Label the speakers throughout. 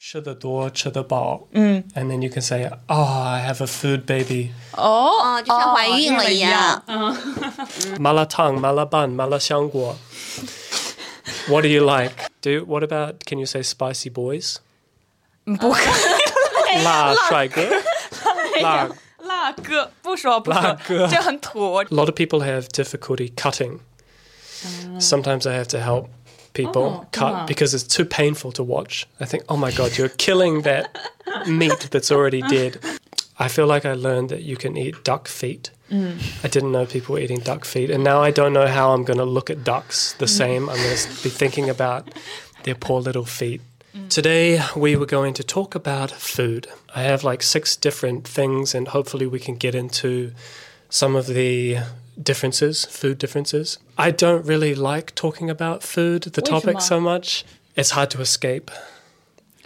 Speaker 1: 吃得多，吃得饱。
Speaker 2: 嗯，
Speaker 1: And then you can say, "Oh, I have a food baby."
Speaker 2: 哦，
Speaker 3: 哦，就像怀孕哦了一样。
Speaker 1: 麻辣烫、麻辣拌、麻辣香锅。What do you like? Do what about? Can you say spicy boys?
Speaker 2: 嗯不可
Speaker 1: 辣帅哥。辣。
Speaker 2: 辣哥，不说不
Speaker 1: 辣
Speaker 2: 说，
Speaker 1: 哥
Speaker 2: 这很土。
Speaker 1: A lot of people have difficulty cutting. Sometimes I have to help people
Speaker 4: Oh,
Speaker 1: cut
Speaker 4: wow.
Speaker 1: because it's too painful to watch. I think, oh my God, you're killing that meat that's already dead. I feel like I learned that you can eat duck feet. I didn't know people were eating duck feet. And now I don't know how I'm going to look at ducks the same. I'm going to be thinking about their poor little feet. Today, we were going to talk about food. I have like six different things, and hopefully, we can get into some of the differences, food differences. I don't really like talking about food, the topic, so much. It's hard to escape.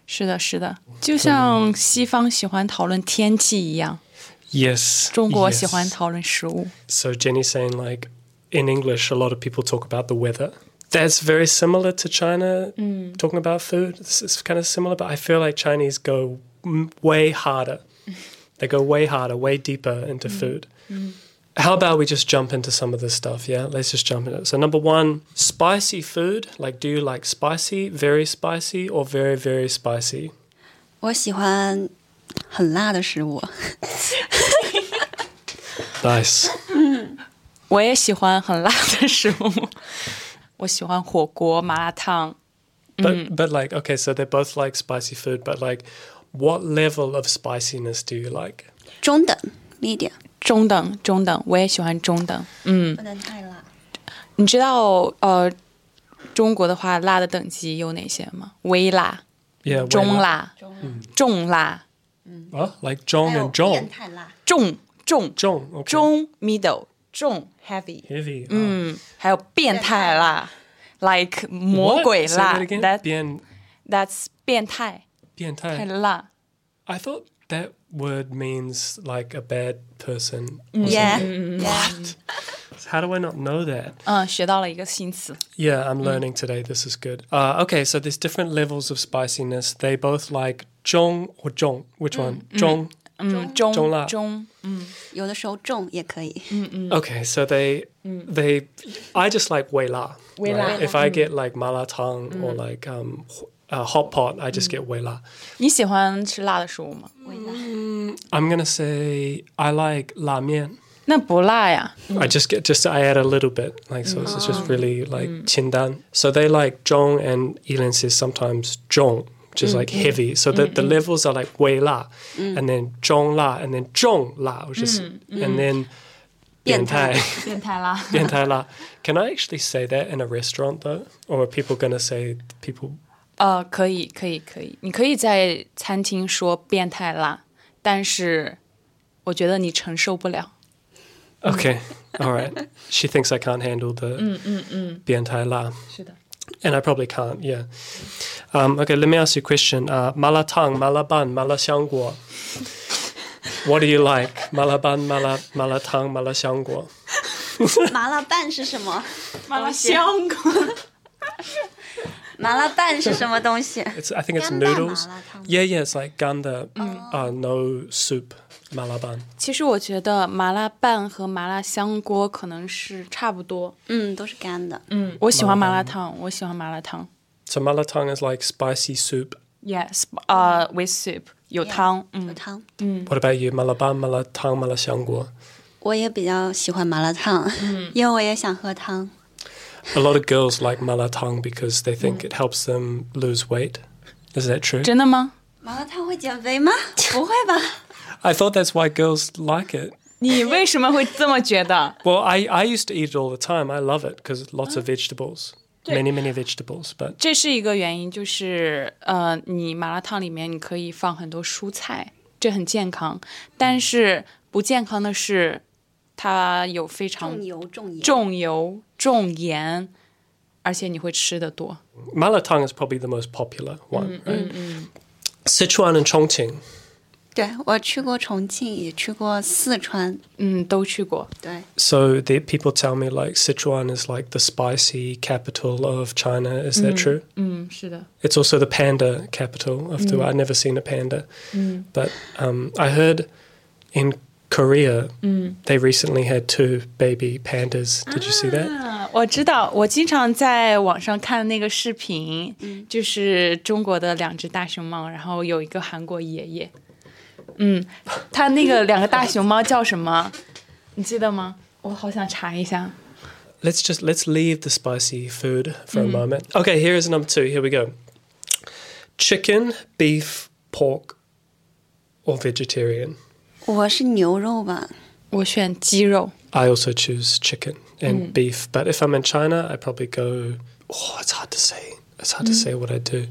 Speaker 4: 是的，是的，就像西方喜欢讨论天气一样，
Speaker 1: Yes.
Speaker 4: 中国
Speaker 1: yes.
Speaker 4: 喜欢讨论食物。
Speaker 1: So Jenny's saying like in English a lot of people talk about the weather. That's very similar to China talking about food. It's, it's kind of similar, but I feel like Chinese go m- way harder. They go way harder, way deeper into food. How about we just jump into some of this stuff? Yeah, let's just jump into it. So number one, spicy food. Like, do you like spicy, very spicy, or very very spicy?
Speaker 3: 我喜欢很辣的食物，
Speaker 1: Nice.
Speaker 4: 我也喜欢很辣的食物，我喜欢火锅、麻辣烫。
Speaker 1: But but like okay, so they both like spicy food, but like what level of spiciness do you like?
Speaker 3: 中等 medium，
Speaker 4: 中等，中等，我也喜欢中等。
Speaker 3: 不能太辣。
Speaker 4: 你知道呃，中国的话辣的等级有哪些吗？微辣、
Speaker 1: Yeah, way
Speaker 4: 中
Speaker 1: like,
Speaker 4: 辣、重辣、
Speaker 1: Huh? like Zhong and Zhong.
Speaker 3: 太辣。
Speaker 4: 重重
Speaker 1: Zhong, okay.
Speaker 4: 中 middle 重 heavy，
Speaker 1: Heavy. Oh.
Speaker 4: 嗯，还有变态辣，like 魔鬼
Speaker 1: Say that
Speaker 4: 辣
Speaker 1: again.
Speaker 4: ，that
Speaker 1: Bien,
Speaker 4: that's 变态，
Speaker 1: bientai.
Speaker 4: 太辣。
Speaker 1: I thought that word means like a bad person.
Speaker 3: Mm. Yeah，
Speaker 1: How do I not know that?
Speaker 4: 嗯，学到了一个新词。
Speaker 1: Yeah, I'm learning today. This is good. Uh, okay, so there's different levels of spiciness. They both like Zhong or Zhong. Which one? Zhong.
Speaker 4: 嗯，中
Speaker 1: 中辣
Speaker 4: 中
Speaker 3: 有的时候重也可以。
Speaker 1: Okay, so they they I just like wei la.
Speaker 4: Mm. Wei la. mm.
Speaker 1: If I get like mala tang or like um h- uh, hot pot, I
Speaker 4: Mm.
Speaker 1: just get wei la.
Speaker 4: 你喜欢吃辣的食物吗？
Speaker 1: I'm gonna say I like la mian.
Speaker 4: 那不辣呀。
Speaker 1: I just get just I add a little bit like so it's
Speaker 4: Ah.
Speaker 1: just really like
Speaker 4: Mm.
Speaker 1: chindan. So they like zhong and Elin says sometimes zhong, which
Speaker 4: Mm.
Speaker 1: is like heavy. So the, the levels are like wei la, and then zhong la, and then zhong la, which is
Speaker 4: Mm,
Speaker 1: and then
Speaker 3: 变态。
Speaker 1: biantai.
Speaker 4: 变态辣。
Speaker 1: Bientala. Can I actually say that in a restaurant though? Or are people going to say people?
Speaker 4: 呃，可以，可以，可以，你可以在餐厅说变态辣，但是我觉得你承受不了。
Speaker 1: Okay, all right. She thinks I can't handle the bientala,
Speaker 4: 是的，
Speaker 1: and I probably can't. Yeah. Um, okay, let me ask you a question. Uh, malatang, malaban, malaxiangguo. What do you like? Malaban, mala, malatang, malaxiangguo.
Speaker 3: 麻辣拌是什么？
Speaker 4: 麻辣香锅。
Speaker 3: 麻辣拌是什么东西？
Speaker 1: It's I think it's
Speaker 3: Ganda
Speaker 1: noodles.
Speaker 3: malatang. Oh.
Speaker 1: Yeah, yeah. It's like ganda, uh, no soup, malaban.
Speaker 4: 其实我觉得麻辣拌和麻辣香锅可能是差不多。
Speaker 3: 嗯，都是干的。
Speaker 4: 嗯，我喜欢麻辣烫，我喜欢麻辣烫。
Speaker 1: So malatang is like spicy soup.
Speaker 4: Yes，呃、w i t h soup 有汤。
Speaker 3: 嗯有
Speaker 4: 嗯，
Speaker 3: 汤。
Speaker 1: What about you? Malaban, malatang, malaxiangguo.
Speaker 3: 我也比较喜欢麻辣烫，因为我也想喝汤。
Speaker 1: A lot of girls like malatang because they think it helps them lose weight. Is that true?
Speaker 4: 真的 吗？
Speaker 3: 麻辣烫会减 肥吗？不会吧？
Speaker 1: I thought that's why girls like it.
Speaker 4: 你为什么会这么觉得？
Speaker 1: Well, I, I used to eat it all the time. I love it because lots of vegetables, many, many vegetables. But
Speaker 4: 这是一个原因，就是呃，你麻辣烫里面你可以放很多蔬菜，这很健康。但是不健康的是，它有非常
Speaker 3: 重油重盐。
Speaker 4: 重油、重盐，而且你会吃的多。
Speaker 1: malatang is probably the most popular one, right? Sichuan and Chongqing.
Speaker 3: 对我去过重庆，也去过四川，
Speaker 4: 嗯，都去过。
Speaker 3: 对，
Speaker 1: So the people tell me like Sichuan is like the spicy capital of China. Is that true?
Speaker 4: 嗯，是的，
Speaker 1: It's also the panda capital of the world. I've never seen a panda, but um, I heard in Korea they recently had two baby pandas. Did you see that?
Speaker 4: 啊，我知道，我经常在网上看那个视频，就是中国的两只大熊猫，然后有一个韩国爷爷，嗯，他那个两个大熊猫叫什么？你记得吗？我好想查一下。
Speaker 1: Let's just let's leave the spicy food for a moment. Okay, here is number two. Here we go. Chicken, beef, pork, or vegetarian.
Speaker 3: 我是牛肉吧，
Speaker 4: 我选鸡肉，
Speaker 1: I also choose chicken and beef. But if I'm in China, I probably go. Oh, it's hard to say. It's hard to say what I do.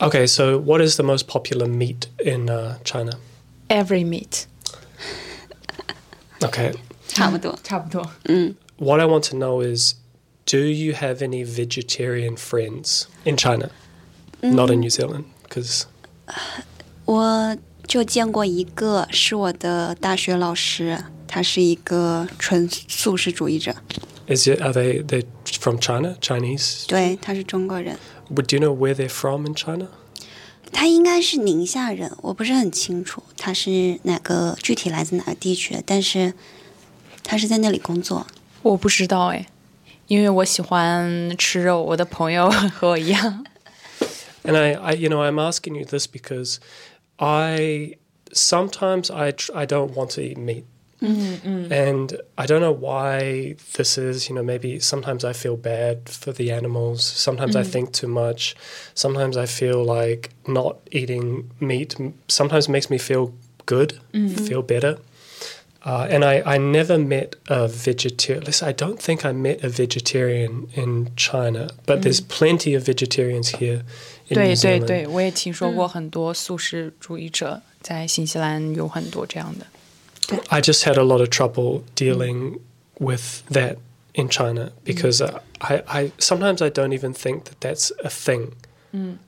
Speaker 1: Okay, so what is the most popular meat in uh, China?
Speaker 4: every meat，
Speaker 1: Okay,
Speaker 3: 差不多。
Speaker 4: 差不多。
Speaker 1: what I want to know is do you have any vegetarian friends in China? Not in New Zealand, because.
Speaker 3: 我就见过一个，是我的大学老师，他是一个纯素食主义者，
Speaker 1: Is it, are they they from China? Chinese?
Speaker 3: 对，他是中国人，
Speaker 1: Would do you know where they're from in China?
Speaker 3: 他应该是宁夏人，我不是很清楚他是哪个具体来自哪个地区，但是他是在那里工作。
Speaker 4: 我不知道哎，因为我喜欢吃肉，我的朋友 和我一样。
Speaker 1: And I, I, you know, I'm asking you this because I sometimes I tr- I don't want to eat meat, and I don't know why this is. You know, maybe sometimes I feel bad for the animals. Sometimes I think too much. Sometimes I feel like not eating meat. m- Sometimes makes me feel good, feel better. Uh, and I, I never met a vegetarian. Listen, I don't think I met a vegetarian in China, but there's plenty of vegetarians here in
Speaker 4: 对
Speaker 1: New
Speaker 4: 对
Speaker 1: Zealand.
Speaker 4: 对，我也听说过很多素食主义者在新西兰有很多这样的。
Speaker 1: I just had a lot of trouble dealing with that in China because uh, I, I sometimes I don't even think that that's a thing.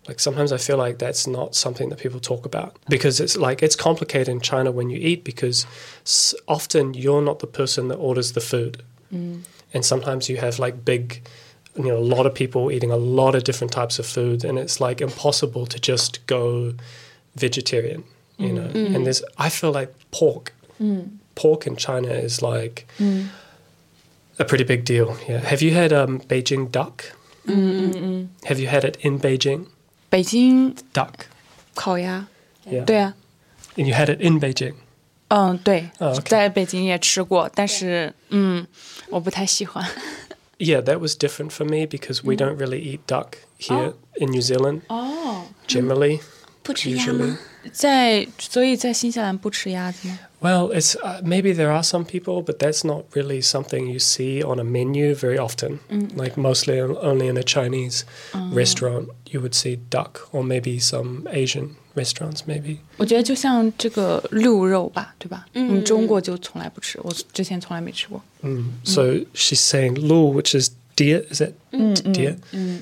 Speaker 1: Like sometimes I feel like that's not something that people talk about because it's like it's complicated in China when you eat because s- often you're not the person that orders the food, and sometimes you have like big, you know, a lot of people eating a lot of different types of food, and it's like impossible to just go vegetarian, you know. And there's I feel like pork, pork in China is like a pretty big deal. Yeah, have you had um, Beijing duck? Have you had it in Beijing?
Speaker 4: 北京
Speaker 1: Duck.
Speaker 4: 烤鸭，
Speaker 1: Yeah.
Speaker 4: 对啊，
Speaker 1: And you had it in Beijing.
Speaker 4: 嗯，对，
Speaker 1: 哦，OK
Speaker 4: 在北京也吃过，但是嗯，我不太喜欢。
Speaker 1: Yeah, that was different for me because we don't really eat duck here in New Zealand
Speaker 4: 哦，
Speaker 1: generally.
Speaker 3: 不吃鸭
Speaker 1: Usually.
Speaker 3: 吗？
Speaker 4: 在所以在新西兰不吃鸭子吗？
Speaker 1: Well, it's uh, maybe there are some people, but that's not really something you see on a menu very often. Like mostly on- only in a Chinese restaurant, you would see duck, or maybe some Asian restaurants, maybe.
Speaker 4: 我觉得就像这个鹿肉吧，对吧？嗯，哦中国就从来不吃，我之前从来没吃过。
Speaker 1: So she's saying lu, which is deer. Is that deer? or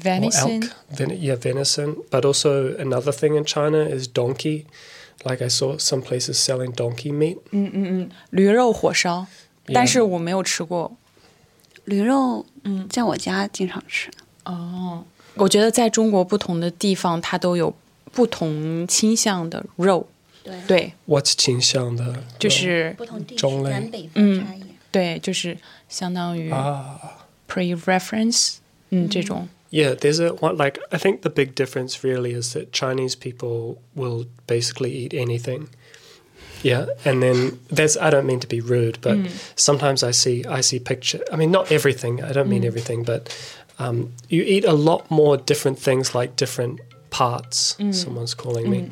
Speaker 4: Venison，
Speaker 1: elk, ven- yeah, venison. But also another thing in China is donkey. Like I saw some places selling donkey meat.
Speaker 4: 驴肉火烧，但是我没有吃过。
Speaker 3: 驴肉，嗯，在我家经常吃。
Speaker 4: 哦，我觉得在中国不同的地方，它都有不同倾向的肉。
Speaker 3: 对
Speaker 4: 对，
Speaker 1: What's Qingxiang the
Speaker 4: 就是
Speaker 3: 同地
Speaker 1: 区种类南
Speaker 3: 北方差异。
Speaker 4: 对，就是相当于
Speaker 1: ah
Speaker 4: pre-reference，嗯，这种
Speaker 1: yeah. There's a one like I think the big difference really is that Chinese people will basically eat anything. Yeah, and then that's I don't mean to be rude, but sometimes I see I see picture. I mean, not everything. I don't mean everything, but um, you eat a lot more different things like different parts. Someone's calling me.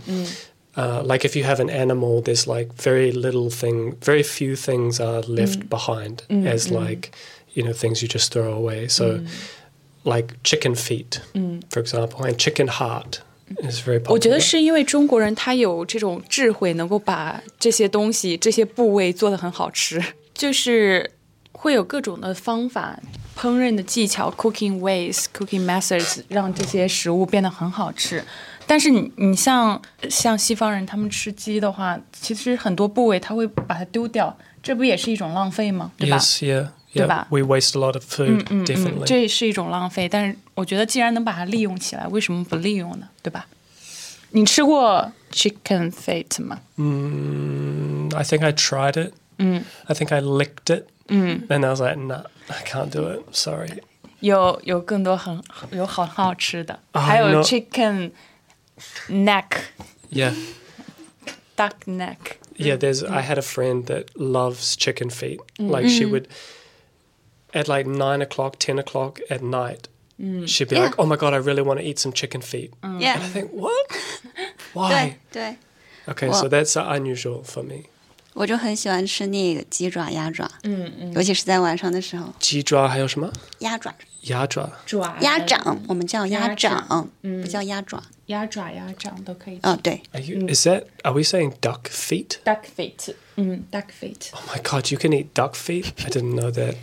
Speaker 1: Uh, like if you have an animal, there's like very little thing, very few things are left behind as like you know things you just throw away. So like chicken feet, for example, and chicken heart is very
Speaker 4: 我觉
Speaker 1: popular.
Speaker 4: 得是因为中国人他有这种智慧，能够把这些东西、这些部位做得很好吃，就是会有各种的方法、烹饪的技巧 （cooking ways、cooking methods） 让这些食物变得很好吃。但是你你像像西方人，他们吃鸡的话，其实很多部位他会把它丢掉，这不也是一种浪费吗？对吧？
Speaker 1: Yes, yeah,
Speaker 4: Di
Speaker 1: yeah.
Speaker 4: ba?
Speaker 1: We waste a lot of food,
Speaker 4: 嗯
Speaker 1: definitely.
Speaker 4: 这是一种浪费。但是我觉得，既然能把它利用起来，为什么不利用呢？对吧？你吃过 chicken feet 吗？
Speaker 1: I think I tried it. I think I licked it. And I was like, nah, I can't do it. Sorry.
Speaker 4: 有有更多很有很好吃的，
Speaker 1: 啊
Speaker 4: 还有
Speaker 1: 那
Speaker 4: chicken neck、
Speaker 1: Yeah.
Speaker 4: duck neck。
Speaker 1: Yeah, there's. I had a friend that loves chicken feet. Like she would, at like nine o'clock, ten o'clock at night, she'd be
Speaker 3: Yeah. Oh.
Speaker 1: like, "Oh my god, I really want to eat some chicken feet."
Speaker 3: 嗯 Yeah.
Speaker 1: I think what?
Speaker 3: 对
Speaker 1: Why?
Speaker 3: 对，
Speaker 1: Okay,
Speaker 3: Well-
Speaker 1: so that's uh, unusual for me.
Speaker 3: 我就很喜欢吃那个鸡爪、鸭爪，嗯嗯，尤其是在晚上的时候，
Speaker 1: 鸡爪还有什么？鸭爪。
Speaker 3: 鸭爪、
Speaker 4: 爪
Speaker 3: 鸭掌，我们叫鸭
Speaker 4: 鸭掌嗯
Speaker 3: 掌，不叫鸭爪。
Speaker 4: 鸭爪、鸭掌都可以。
Speaker 3: 嗯，对，
Speaker 1: Are you, Is that? Are we saying duck feet?
Speaker 4: duck feet，嗯，duck feet。
Speaker 1: Oh my god, you can eat duck feet? I didn't know that.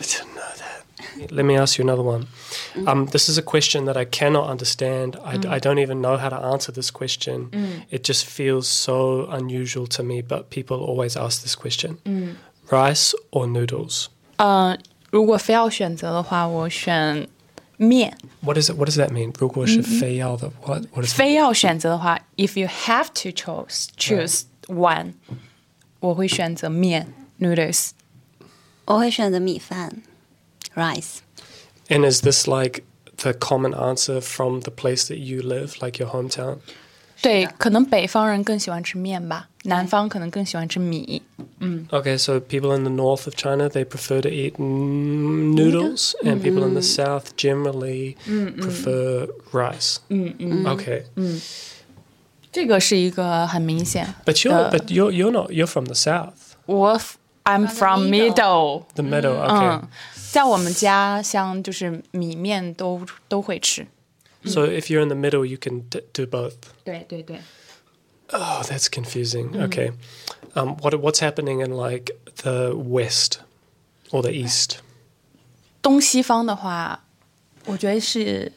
Speaker 1: I didn't know that. Let me ask you another one. Um, this is a question that I cannot understand. I, I don't even know how to answer this question. It just feels so unusual to me, but people always ask this question rice or noodles?
Speaker 4: 嗯，如果非要选择的话，我选面。
Speaker 1: What is it? What does that mean? 如果是非要的, what, what is
Speaker 4: 非要选择的话，if you have to choose choose one，我会选择面 noodles。
Speaker 3: 我会选择米饭，rice。
Speaker 1: And is this like the common answer from the place that you live, like your hometown?
Speaker 4: 对，可能北方人更喜欢吃面吧，南方可能更喜欢吃米。
Speaker 1: Okay, so people in the north of China they prefer to eat n- noodles, and people in the south generally prefer rice. Okay,
Speaker 4: 这个是一个很明显。
Speaker 1: but you're
Speaker 4: 的
Speaker 1: but you're you're not you're from the south,
Speaker 4: 我 I'm from
Speaker 3: middle
Speaker 4: middle，
Speaker 1: the middle. Okay,
Speaker 4: 嗯，在我们家乡就是米面都都会吃。
Speaker 1: so if you're in the middle, you can d- do both.
Speaker 4: 对对对，
Speaker 1: Oh, that's confusing. Okay, um, what what's happening in like the west or the east?
Speaker 4: 东西方的话，我觉得是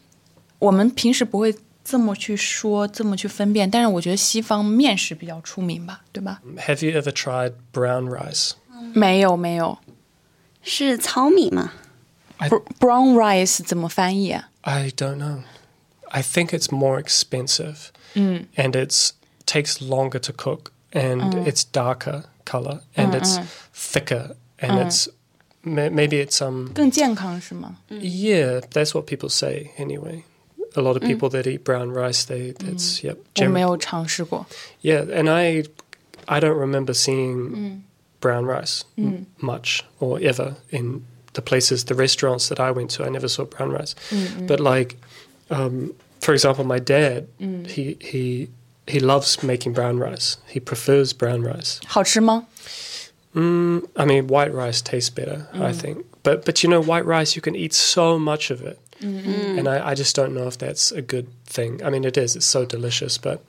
Speaker 4: 我们平时不会这么去说，这么去分辨，但是我觉得西方面食比较出名吧，对吧？
Speaker 1: Have you ever tried brown rice?
Speaker 4: 没有没有
Speaker 3: 是糙米吗？
Speaker 4: ，br-，brown rice 怎么翻译啊？
Speaker 1: I don't know. I think it's more expensive and it's takes longer to cook and it's darker color and it's thicker and it's ma- maybe it's um
Speaker 4: 更健康是吗？
Speaker 1: yeah that's what people say anyway. A lot of people that eat brown rice they that's yep.
Speaker 4: 我
Speaker 1: gem-
Speaker 4: 没有尝试过。
Speaker 1: yeah, and I I don't remember seeing brown rice m- much or ever in the places, the restaurants that I went to. I never saw brown rice. But like, um, for example, my dad he he he loves making brown rice. He prefers brown rice.
Speaker 4: 好吃吗？
Speaker 1: Mm, I mean, white rice tastes better, I think. But but you know, white rice you can eat so much of it, and I, I just don't know if that's a good thing. I mean, it is. It's so delicious, but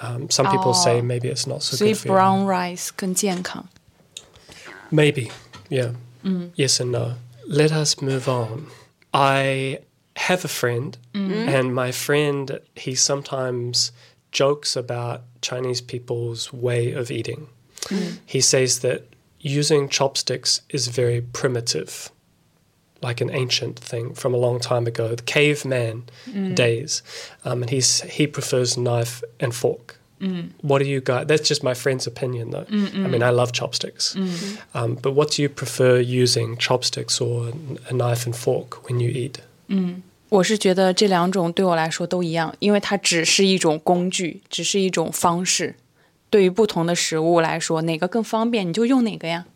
Speaker 1: um, some people say
Speaker 4: Oh.
Speaker 1: maybe it's not so
Speaker 4: 所以
Speaker 1: good for you.
Speaker 4: brown rice 更健康。
Speaker 1: Maybe, yeah. Yes and no. Let us move on. I have a friend, and my friend he sometimes jokes about Chinese people's way of eating. He says that using chopsticks is very primitive, like an ancient thing from a long time ago, the caveman days. Um, and he's, he prefers knife and fork. What do you guys? That's just my friend's opinion, though. I mean, I love chopsticks, um, but what do you prefer using, chopsticks or n- a knife and fork when you eat?
Speaker 4: 我是觉得这两种对我来说都一样，因为它只是一种工具，只是一种方式。对于不同的食物来说，哪个更方便，你就用哪个呀。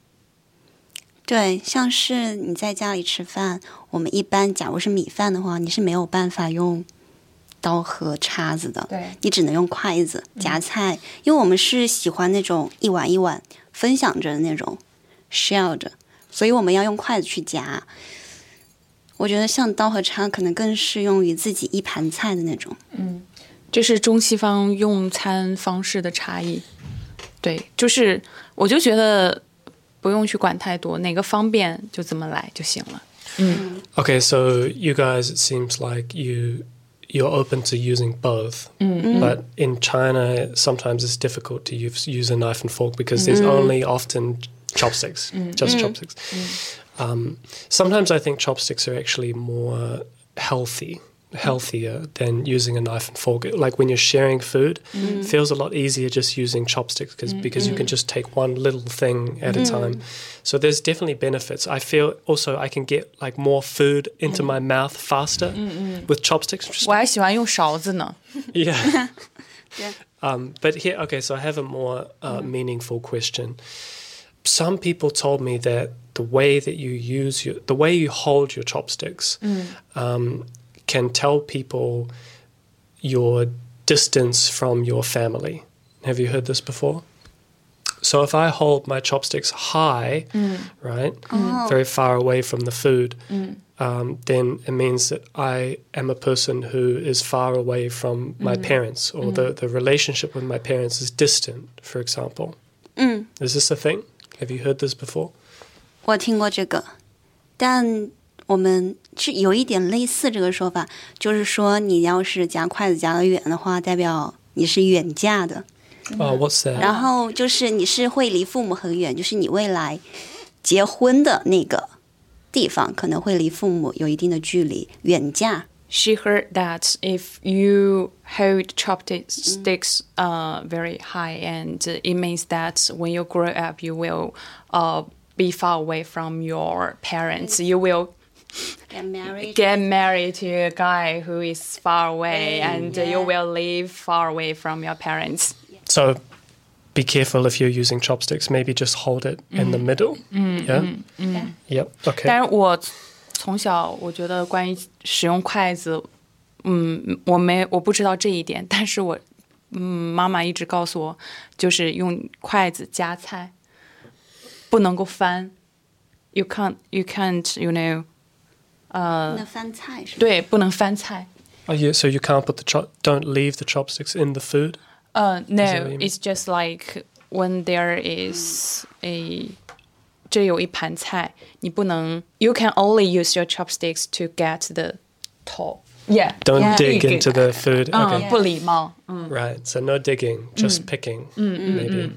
Speaker 3: 对，像是你在家里吃饭，我们一般假如是米饭的话，你是没有办法用刀和叉子的，
Speaker 4: 对嗯
Speaker 3: 你只能用筷子夹菜，因为我们是喜欢那种一碗一碗分享着的那种 share 着，所以我们要用筷子去夹。我觉得像刀和叉可能更适用于自己一盘菜的那种。
Speaker 4: 这是中西方用餐方式的差异。对，就是我就觉得不用去管太多，哪个方便就怎么来就行了。
Speaker 1: Okay, so you guys, it seems like you you're open to using both. But in China, sometimes it's difficult to use, use a knife and fork because there's only often chopsticks, just chopsticks. Um, sometimes I think chopsticks are actually more healthy, healthier than using a knife and fork. Like when you're sharing food, it feels a lot easier just using chopsticks cause, because you can just take one little thing at a time. So there's definitely benefits. I feel also I can get like more food into my mouth faster with chopsticks. Just
Speaker 4: 我还喜欢用勺子呢。
Speaker 1: yeah. Um, but here, okay, so I have a more uh, meaningful question. Some people told me that the way that you use your, the way you hold your chopsticks, um, can tell people your distance from your family. Have you heard this before? So if I hold my chopsticks high, right, very far away from the food, um, then it means that I am a person who is far away from my parents, or the, the relationship with my parents is distant, for example. Is this a thing? Have you heard this before?
Speaker 3: 我听过这个，但我们是有一点类似这个说法，就是说你要是夹筷子夹得远的话，代表你是远嫁的。
Speaker 1: Oh, what's that?
Speaker 3: 然后就是你是会离父母很远，就是你未来结婚的那个地方可能会离父母有一定的距离，远嫁。
Speaker 4: She heard that if you hold chopsticks uh, very high, and it means that when you grow up, you will uh, be far away from your parents. You will get married to a guy who is far away, and you will live far away from your parents.
Speaker 1: So be careful if you're using chopsticks. Maybe just hold it in the middle. yeah. Yep. Okay.
Speaker 4: 但是我从小我觉得关于使用筷子，嗯，我没我不知道这一点， 但是我嗯，妈妈一直告诉我，就是用筷子夹菜，不能够翻，you can't you can't you know，
Speaker 3: 那翻菜是吧？
Speaker 4: 对，不能翻菜。
Speaker 1: oh, yeah, so you can't put the chop. Don't leave the chopsticks in the food.
Speaker 4: 呃、n
Speaker 1: that what
Speaker 4: o
Speaker 1: you mean?
Speaker 4: it's just like when there is a 这有一盘菜，你不能，you can only use your chopsticks to get the top。Yeah.
Speaker 1: Don't
Speaker 3: Yeah.
Speaker 1: dig
Speaker 4: Dig
Speaker 1: into the food.
Speaker 4: 嗯
Speaker 1: Okay.，
Speaker 4: 不礼貌。
Speaker 1: Right. So no digging, just picking. maybe.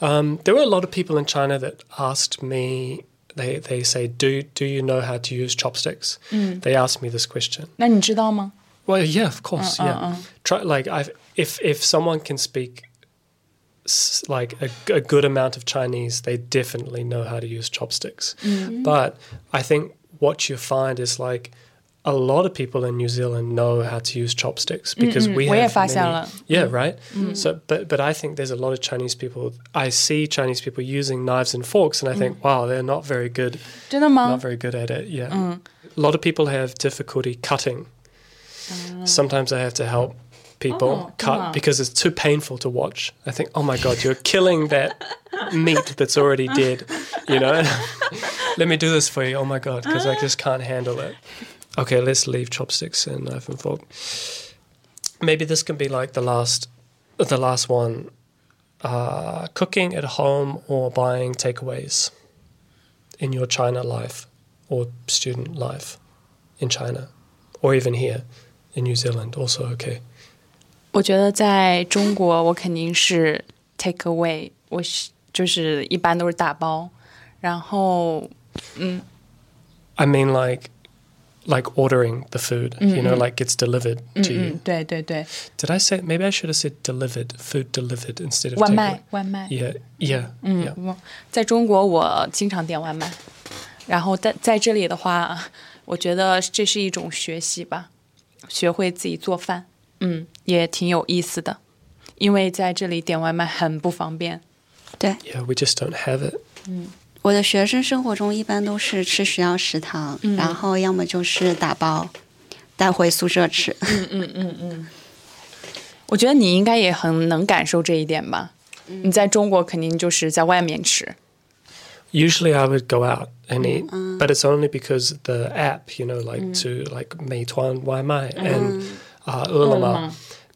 Speaker 1: Um, there were a lot of people in China that asked me. They, they say, do do you know how to use chopsticks? They asked me this question.
Speaker 4: 那你知道吗？
Speaker 1: Well, yeah, of course, yeah. Try like I've if if someone can speak s- like a, a good amount of Chinese, they definitely know how to use chopsticks. But I think what you find is like a lot of people in New Zealand know how to use chopsticks because we
Speaker 4: We
Speaker 1: have
Speaker 4: have
Speaker 1: many-
Speaker 4: Fasala.
Speaker 1: yeah, right. So, but but I think there's a lot of Chinese people. I see Chinese people using knives and forks, and I think, wow, they're not very good
Speaker 4: 真的
Speaker 1: not
Speaker 4: 吗？
Speaker 1: very good at it. Yeah, a lot of people have difficulty cutting. Sometimes I have to help people
Speaker 4: Oh,
Speaker 1: cut
Speaker 4: wow.
Speaker 1: because it's too painful to watch. I think, oh my god, you're killing that meat that's already dead. You know, let me do this for you. Oh my god, because I just can't handle it. Okay, let's leave chopsticks and knife and fork. Maybe this can be like the last, the last one. Uh, cooking at home or buying takeaways in your China life or student life in China or even here in New Zealand also okay.
Speaker 4: 我觉得在中国，我肯定是 take away，我是就是一般都是打包，然后
Speaker 1: I mean like like ordering the food, you know, like gets delivered to
Speaker 4: 嗯，
Speaker 1: you.
Speaker 4: 对对对，
Speaker 1: Did I say maybe I should have said delivered, food delivered instead of
Speaker 4: 外
Speaker 1: takeaway.
Speaker 4: 卖外卖，
Speaker 1: Yeah, yeah, yeah.
Speaker 4: 我在中国我经常点外卖，然后在在这里的话，我觉得这是一种学习吧，学会自己做饭，嗯，也挺有意思的，因为在这里点外卖很不方便。
Speaker 3: 对，
Speaker 1: Yeah, we just don't have it.
Speaker 3: 我的学生生活中一般都是吃学校食堂，然后要么就是打包带回宿舍吃。
Speaker 4: 我觉得你应该也很能感受这一点吧。你在中国肯定就是在外面吃，
Speaker 1: Usually I would go out and eat, but it's only because the app, you know, like to like Meituan Waimai and uh, Ulama,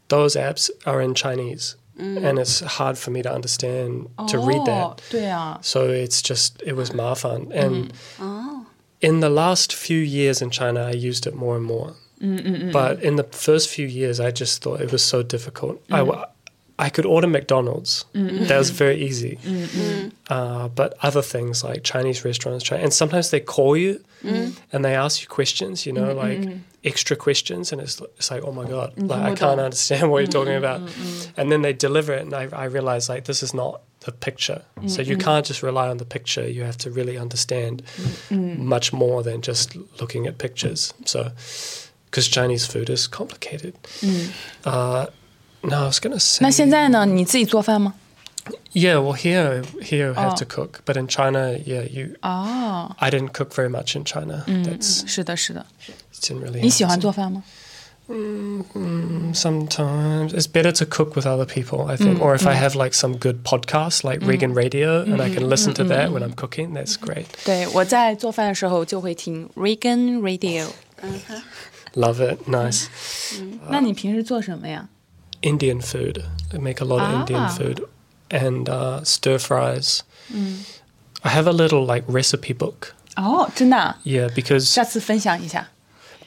Speaker 1: those apps are in Chinese. And it's hard for me to understand to read
Speaker 4: 哦
Speaker 1: that.，
Speaker 4: 对啊，
Speaker 1: So it's just, it was
Speaker 3: 嗯哦
Speaker 1: marfan. And in the last few years in China, I used it more and more. But in the first few years, I just thought it was so difficult. I wa- I could order McDonald's. That was very easy. Uh, but other things like Chinese restaurants, China, and sometimes they call you and they ask you questions, you know, like extra questions. And it's, it's like, oh my God, like, I can't understand what you're talking about. And then they deliver it. And I, I realize, like, this is not the picture. So you can't just rely on the picture. You have to really understand much more than just looking at pictures. So because Chinese food is complicated.
Speaker 4: Mm.
Speaker 1: Uh, no, I was gonna say.
Speaker 4: 那现在呢？你自己做饭吗？
Speaker 1: Yeah, well, here here you have
Speaker 4: Oh.
Speaker 1: to cook, but in China, yeah, you.
Speaker 4: 哦，
Speaker 1: I didn't cook very much in China.
Speaker 4: Mm.
Speaker 1: That's
Speaker 4: 是的，是的。
Speaker 1: didn't really.
Speaker 4: 你喜
Speaker 1: happen.
Speaker 4: 欢做饭吗？
Speaker 1: Sometimes it's better to cook with other people, I
Speaker 4: Mm,
Speaker 1: think. Or if I have like some good podcast, like Regan Radio, and I
Speaker 4: Mm-hmm,
Speaker 1: can listen to that when I'm cooking. That's great.
Speaker 4: 对，我在做饭的时候就会听 Reagan Radio。
Speaker 1: 哦 Love it.
Speaker 4: Mm.
Speaker 1: Nice.
Speaker 4: 那你平时做什么呀？
Speaker 1: Indian food. I make a lot of Indian
Speaker 4: Ah.
Speaker 1: food and uh, stir fries.
Speaker 4: Mm.
Speaker 1: I have a little like recipe book.
Speaker 4: 哦，真的啊，
Speaker 1: Yeah, because
Speaker 4: 下次分享一下。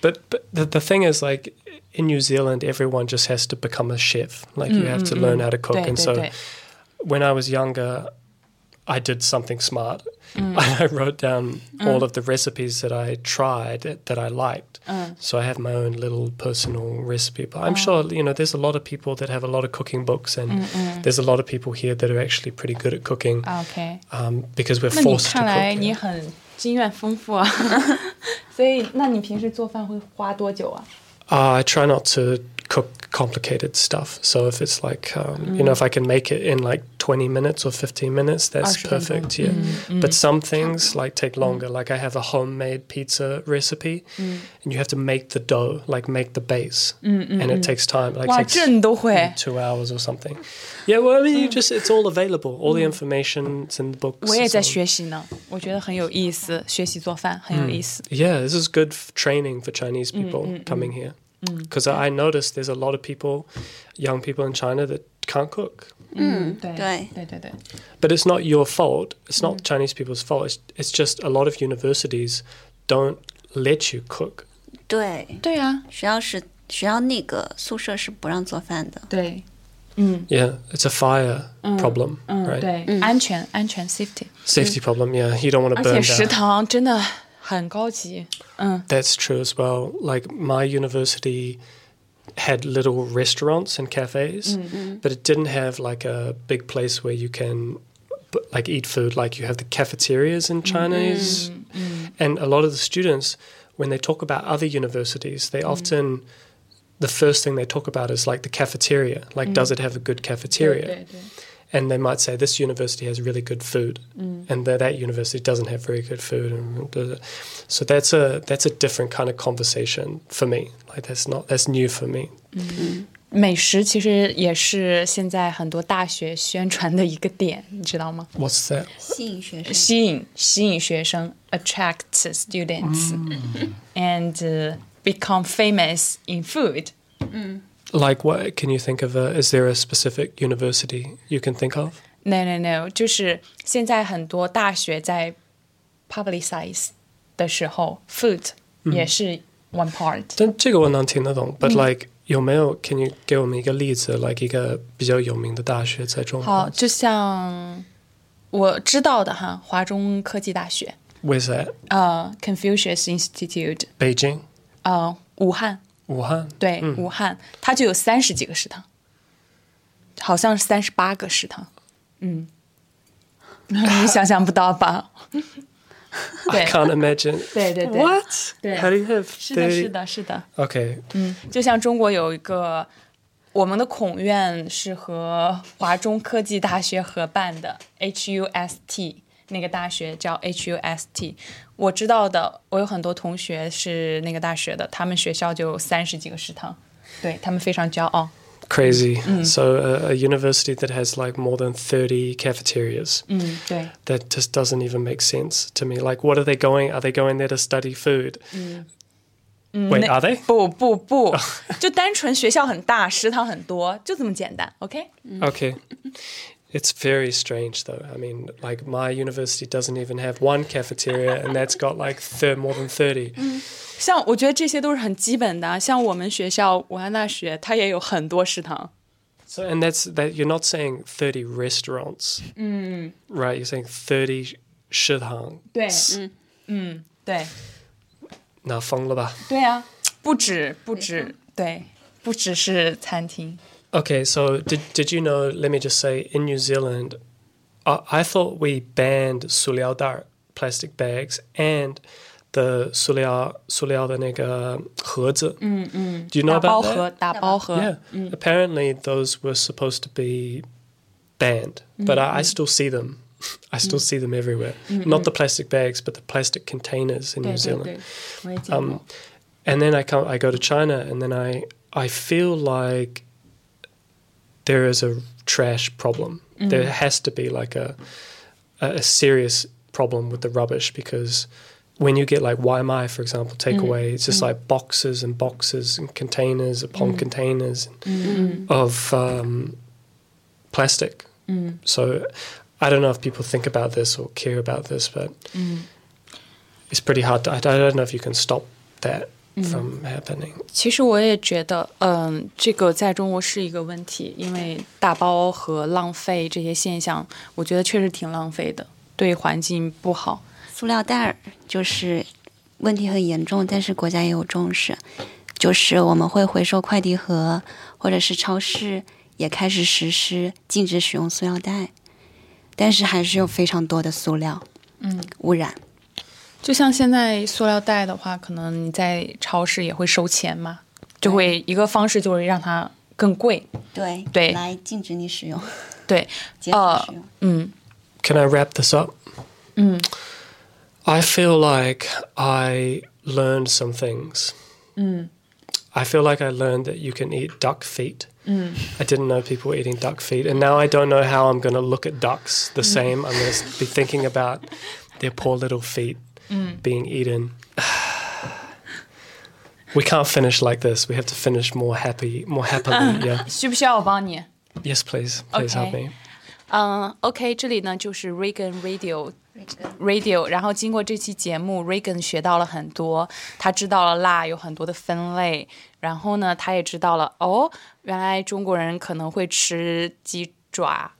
Speaker 1: but, but the, the thing is like in New Zealand everyone just has to become a chef. Like you have to learn how to cook
Speaker 4: 对
Speaker 1: and
Speaker 4: 对
Speaker 1: so
Speaker 4: 对，
Speaker 1: when I was younger I did something smart. I wrote down all of the recipes that I tried uh, that, that I liked. So I have my own little personal recipe. But I'm sure, you know, there's a lot of people that have a lot of cooking books, and there's a lot of people here that are actually pretty good at cooking
Speaker 4: 啊 OK，
Speaker 1: um, because we're
Speaker 4: 那你
Speaker 1: forced to
Speaker 4: 看来
Speaker 1: cook.
Speaker 4: 你
Speaker 1: yeah.
Speaker 4: 很经验丰富 啊。所以，那你平时做饭会花多久啊？
Speaker 1: Uh, I try not to cook complicated stuff. So if it's like, um, you know, if I can make it in like 20 minutes or 15 minutes, that's
Speaker 4: 20
Speaker 1: perfect. Yeah. But some things like take longer. Like I have a homemade pizza recipe and you have to make the dough, like make the base. And it takes time. Like
Speaker 4: 哇，
Speaker 1: takes
Speaker 4: 这你都会
Speaker 1: mm,。two hours or something. Yeah. Well, I mean, you just, it's all available. All the information, it's in the books.
Speaker 4: 我也
Speaker 1: it's
Speaker 4: 在
Speaker 1: all-
Speaker 4: 学习呢，我觉得很有意思，学习做饭很有意思。
Speaker 1: Yeah, this is good f- training for Chinese people coming here. Because I noticed there's a lot of people, young people in China that can't cook.
Speaker 4: 嗯，对
Speaker 3: 对
Speaker 4: 对对对，
Speaker 1: But it's not your fault. It's not Chinese people's fault. It's, it's just a lot of universities don't let you cook.
Speaker 3: 对，
Speaker 4: 对啊，
Speaker 3: 学校是学校那个宿舍是不让做饭的。
Speaker 4: 对，
Speaker 1: Yeah, it's a fire problem,
Speaker 4: 嗯，
Speaker 1: right?
Speaker 4: 对，安全安全 safety，
Speaker 1: Safety problem, yeah. You don't want
Speaker 4: 而
Speaker 1: to
Speaker 4: 且
Speaker 1: burn
Speaker 4: 食
Speaker 1: down.
Speaker 4: 堂真的很高级。
Speaker 1: That's true as well. Like my university had little restaurants and cafes, but it didn't have like a big place where you can b- like eat food. Like you have the cafeterias in Chinese, and a lot of the students when they talk about other universities, they often the first thing they talk about is like the cafeteria. Like, does it have a good cafeteria?
Speaker 4: 对对，
Speaker 1: and they might say this university has really good food, and that that university doesn't have very good food, and blah, blah, blah. so that's a that's a different kind of conversation for me. Like that's not that's new for me.
Speaker 4: 美食其实也是现在很多大学宣传的一个点，你知道吗？
Speaker 1: What's that?
Speaker 3: 吸引学生
Speaker 4: 吸引吸引学生，attract students、and、become uh, famous in food。
Speaker 1: Like what can you think of? A, is there a specific university you can think of?
Speaker 4: No no no，就是现在很多大学在 publicize 的时候，food 也是 one part。
Speaker 1: 但这个我能听得懂, but like 有没有 can you 给我们一个例子，like
Speaker 4: 好，
Speaker 1: 一个比较有名的大学在中国？
Speaker 4: 就像我知道的哈，华中科技大学，
Speaker 1: Where's that?
Speaker 4: 呃、c o n f u c i u s Institute，
Speaker 1: Beijing,
Speaker 4: 呃，武汉，
Speaker 1: Wuhan.
Speaker 4: 对，武汉，它就有三十几个食堂，好像是三十八个食堂，嗯， 你想象不到吧？
Speaker 1: I
Speaker 4: 对，
Speaker 1: can't imagine.
Speaker 4: 对对对
Speaker 1: What?
Speaker 4: 对
Speaker 1: How do you have
Speaker 4: 是的，
Speaker 1: thirty?
Speaker 4: 是的，是的。
Speaker 1: Okay,
Speaker 4: 就像中国有一个，我们的孔院是和华中科技大学合办的 HUST 那个大学叫 HUST，我知道的，我有很多同学是那个大学的，他们学校就有三十几个食堂，对他们非常骄傲。
Speaker 1: crazy. So a, a university that has like more than thirty cafeterias
Speaker 4: 嗯，对
Speaker 1: that just doesn't even make sense to me. Like, what are they going? Are they going there to study food? Wait, are they?
Speaker 4: 不不不，就单纯学校很大，食堂很多，就这么简单。OK，
Speaker 1: Okay. It's very strange, though. I mean, like my university doesn't even have one cafeteria, and that's got like thir- more than thirty.
Speaker 4: 像我觉得这些都是很基本的，啊像我们学校武汉大学，它也有很多食堂。
Speaker 1: So, and that's that. You're not saying thirty restaurants, right? You're saying thirty shithang.
Speaker 4: 对，嗯嗯，对对啊，不止不止，对，不只是餐厅。
Speaker 1: Okay, so did did you know? Let me just say, in New Zealand, I, I thought we banned suliao dar plastic bags and the suliao suliao 的那个盒子. Do you know
Speaker 4: 打包
Speaker 1: about
Speaker 4: 盒，
Speaker 1: that?
Speaker 4: 打包盒。
Speaker 1: Yeah. Apparently, those were supposed to be banned, but I, I still see them. I still see them everywhere. Not the plastic bags, but the plastic containers in
Speaker 4: 对
Speaker 1: New
Speaker 4: 对
Speaker 1: Zealand.
Speaker 4: 对，我也见
Speaker 1: Um，
Speaker 4: 过。
Speaker 1: and then I come, I go to China, and then I, I feel like there is a trash problem. There has to be like a, a, a serious problem with the rubbish because when you get like YMI, for example, takeaway, it's just like boxes and boxes and containers upon containers of um, plastic. So I don't know if people think about this or care about this, but it's pretty hard. To, I don't know if you can stop that
Speaker 4: Mm.
Speaker 1: from happening.
Speaker 4: 其实我也觉得，嗯，这个在中国是一个问题，因为打包和浪费这些现象，我觉得确实挺浪费的，对环境不好。
Speaker 3: 塑料袋儿就是问题很严重，但是国家也有重视，就是我们会回收快递盒，或者是超市也开始实施禁止使用塑料袋，但是还是有非常多的塑料，嗯，污染。
Speaker 4: 就像现在塑料袋的话，可能你在超市也会收钱嘛，就会一个方式就是让它更贵。
Speaker 3: 对呃
Speaker 4: 对
Speaker 3: 来禁止你使用，
Speaker 4: 对，
Speaker 3: 减少
Speaker 4: 呃
Speaker 3: 使，用。
Speaker 4: 嗯
Speaker 1: Can I wrap this up?
Speaker 4: Mm.
Speaker 1: I feel like I learned some things.
Speaker 4: Mm.
Speaker 1: I feel like I learned that you can eat duck feet.
Speaker 4: Mm.
Speaker 1: I didn't know people were eating duck feet, and now I don't know how I'm going to look at ducks
Speaker 4: Mm.
Speaker 1: the same. I'm going to be thinking about their poor little feet
Speaker 4: Mm.
Speaker 1: being eaten. we can't finish like this. We have to finish more happy, more happily. yeah.
Speaker 4: 需不需要我帮你？
Speaker 1: Yes, please. Please help
Speaker 4: Okay.
Speaker 1: me.
Speaker 4: 嗯，OK，这里呢就是 Reagan Radio。Radio，然后经过这期节目，Reagan 学到了很多，他知道了辣有很多的分类，然后呢，他也知道了哦，原来中国人可能会吃鸡爪、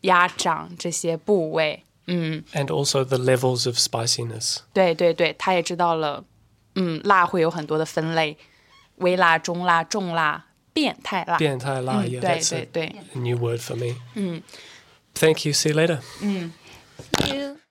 Speaker 4: 鸭掌这些部位，嗯，
Speaker 1: And also the levels of spiciness.
Speaker 4: 对对对，他也知道了，嗯，辣会有很多的分类，微辣、中辣、重辣、变态辣，
Speaker 1: 变态辣,
Speaker 4: 嗯
Speaker 1: yeah,
Speaker 4: 对
Speaker 1: that's
Speaker 4: 对
Speaker 1: a,
Speaker 4: 对。
Speaker 1: a new word for me. Thank you. See you later.
Speaker 3: See you.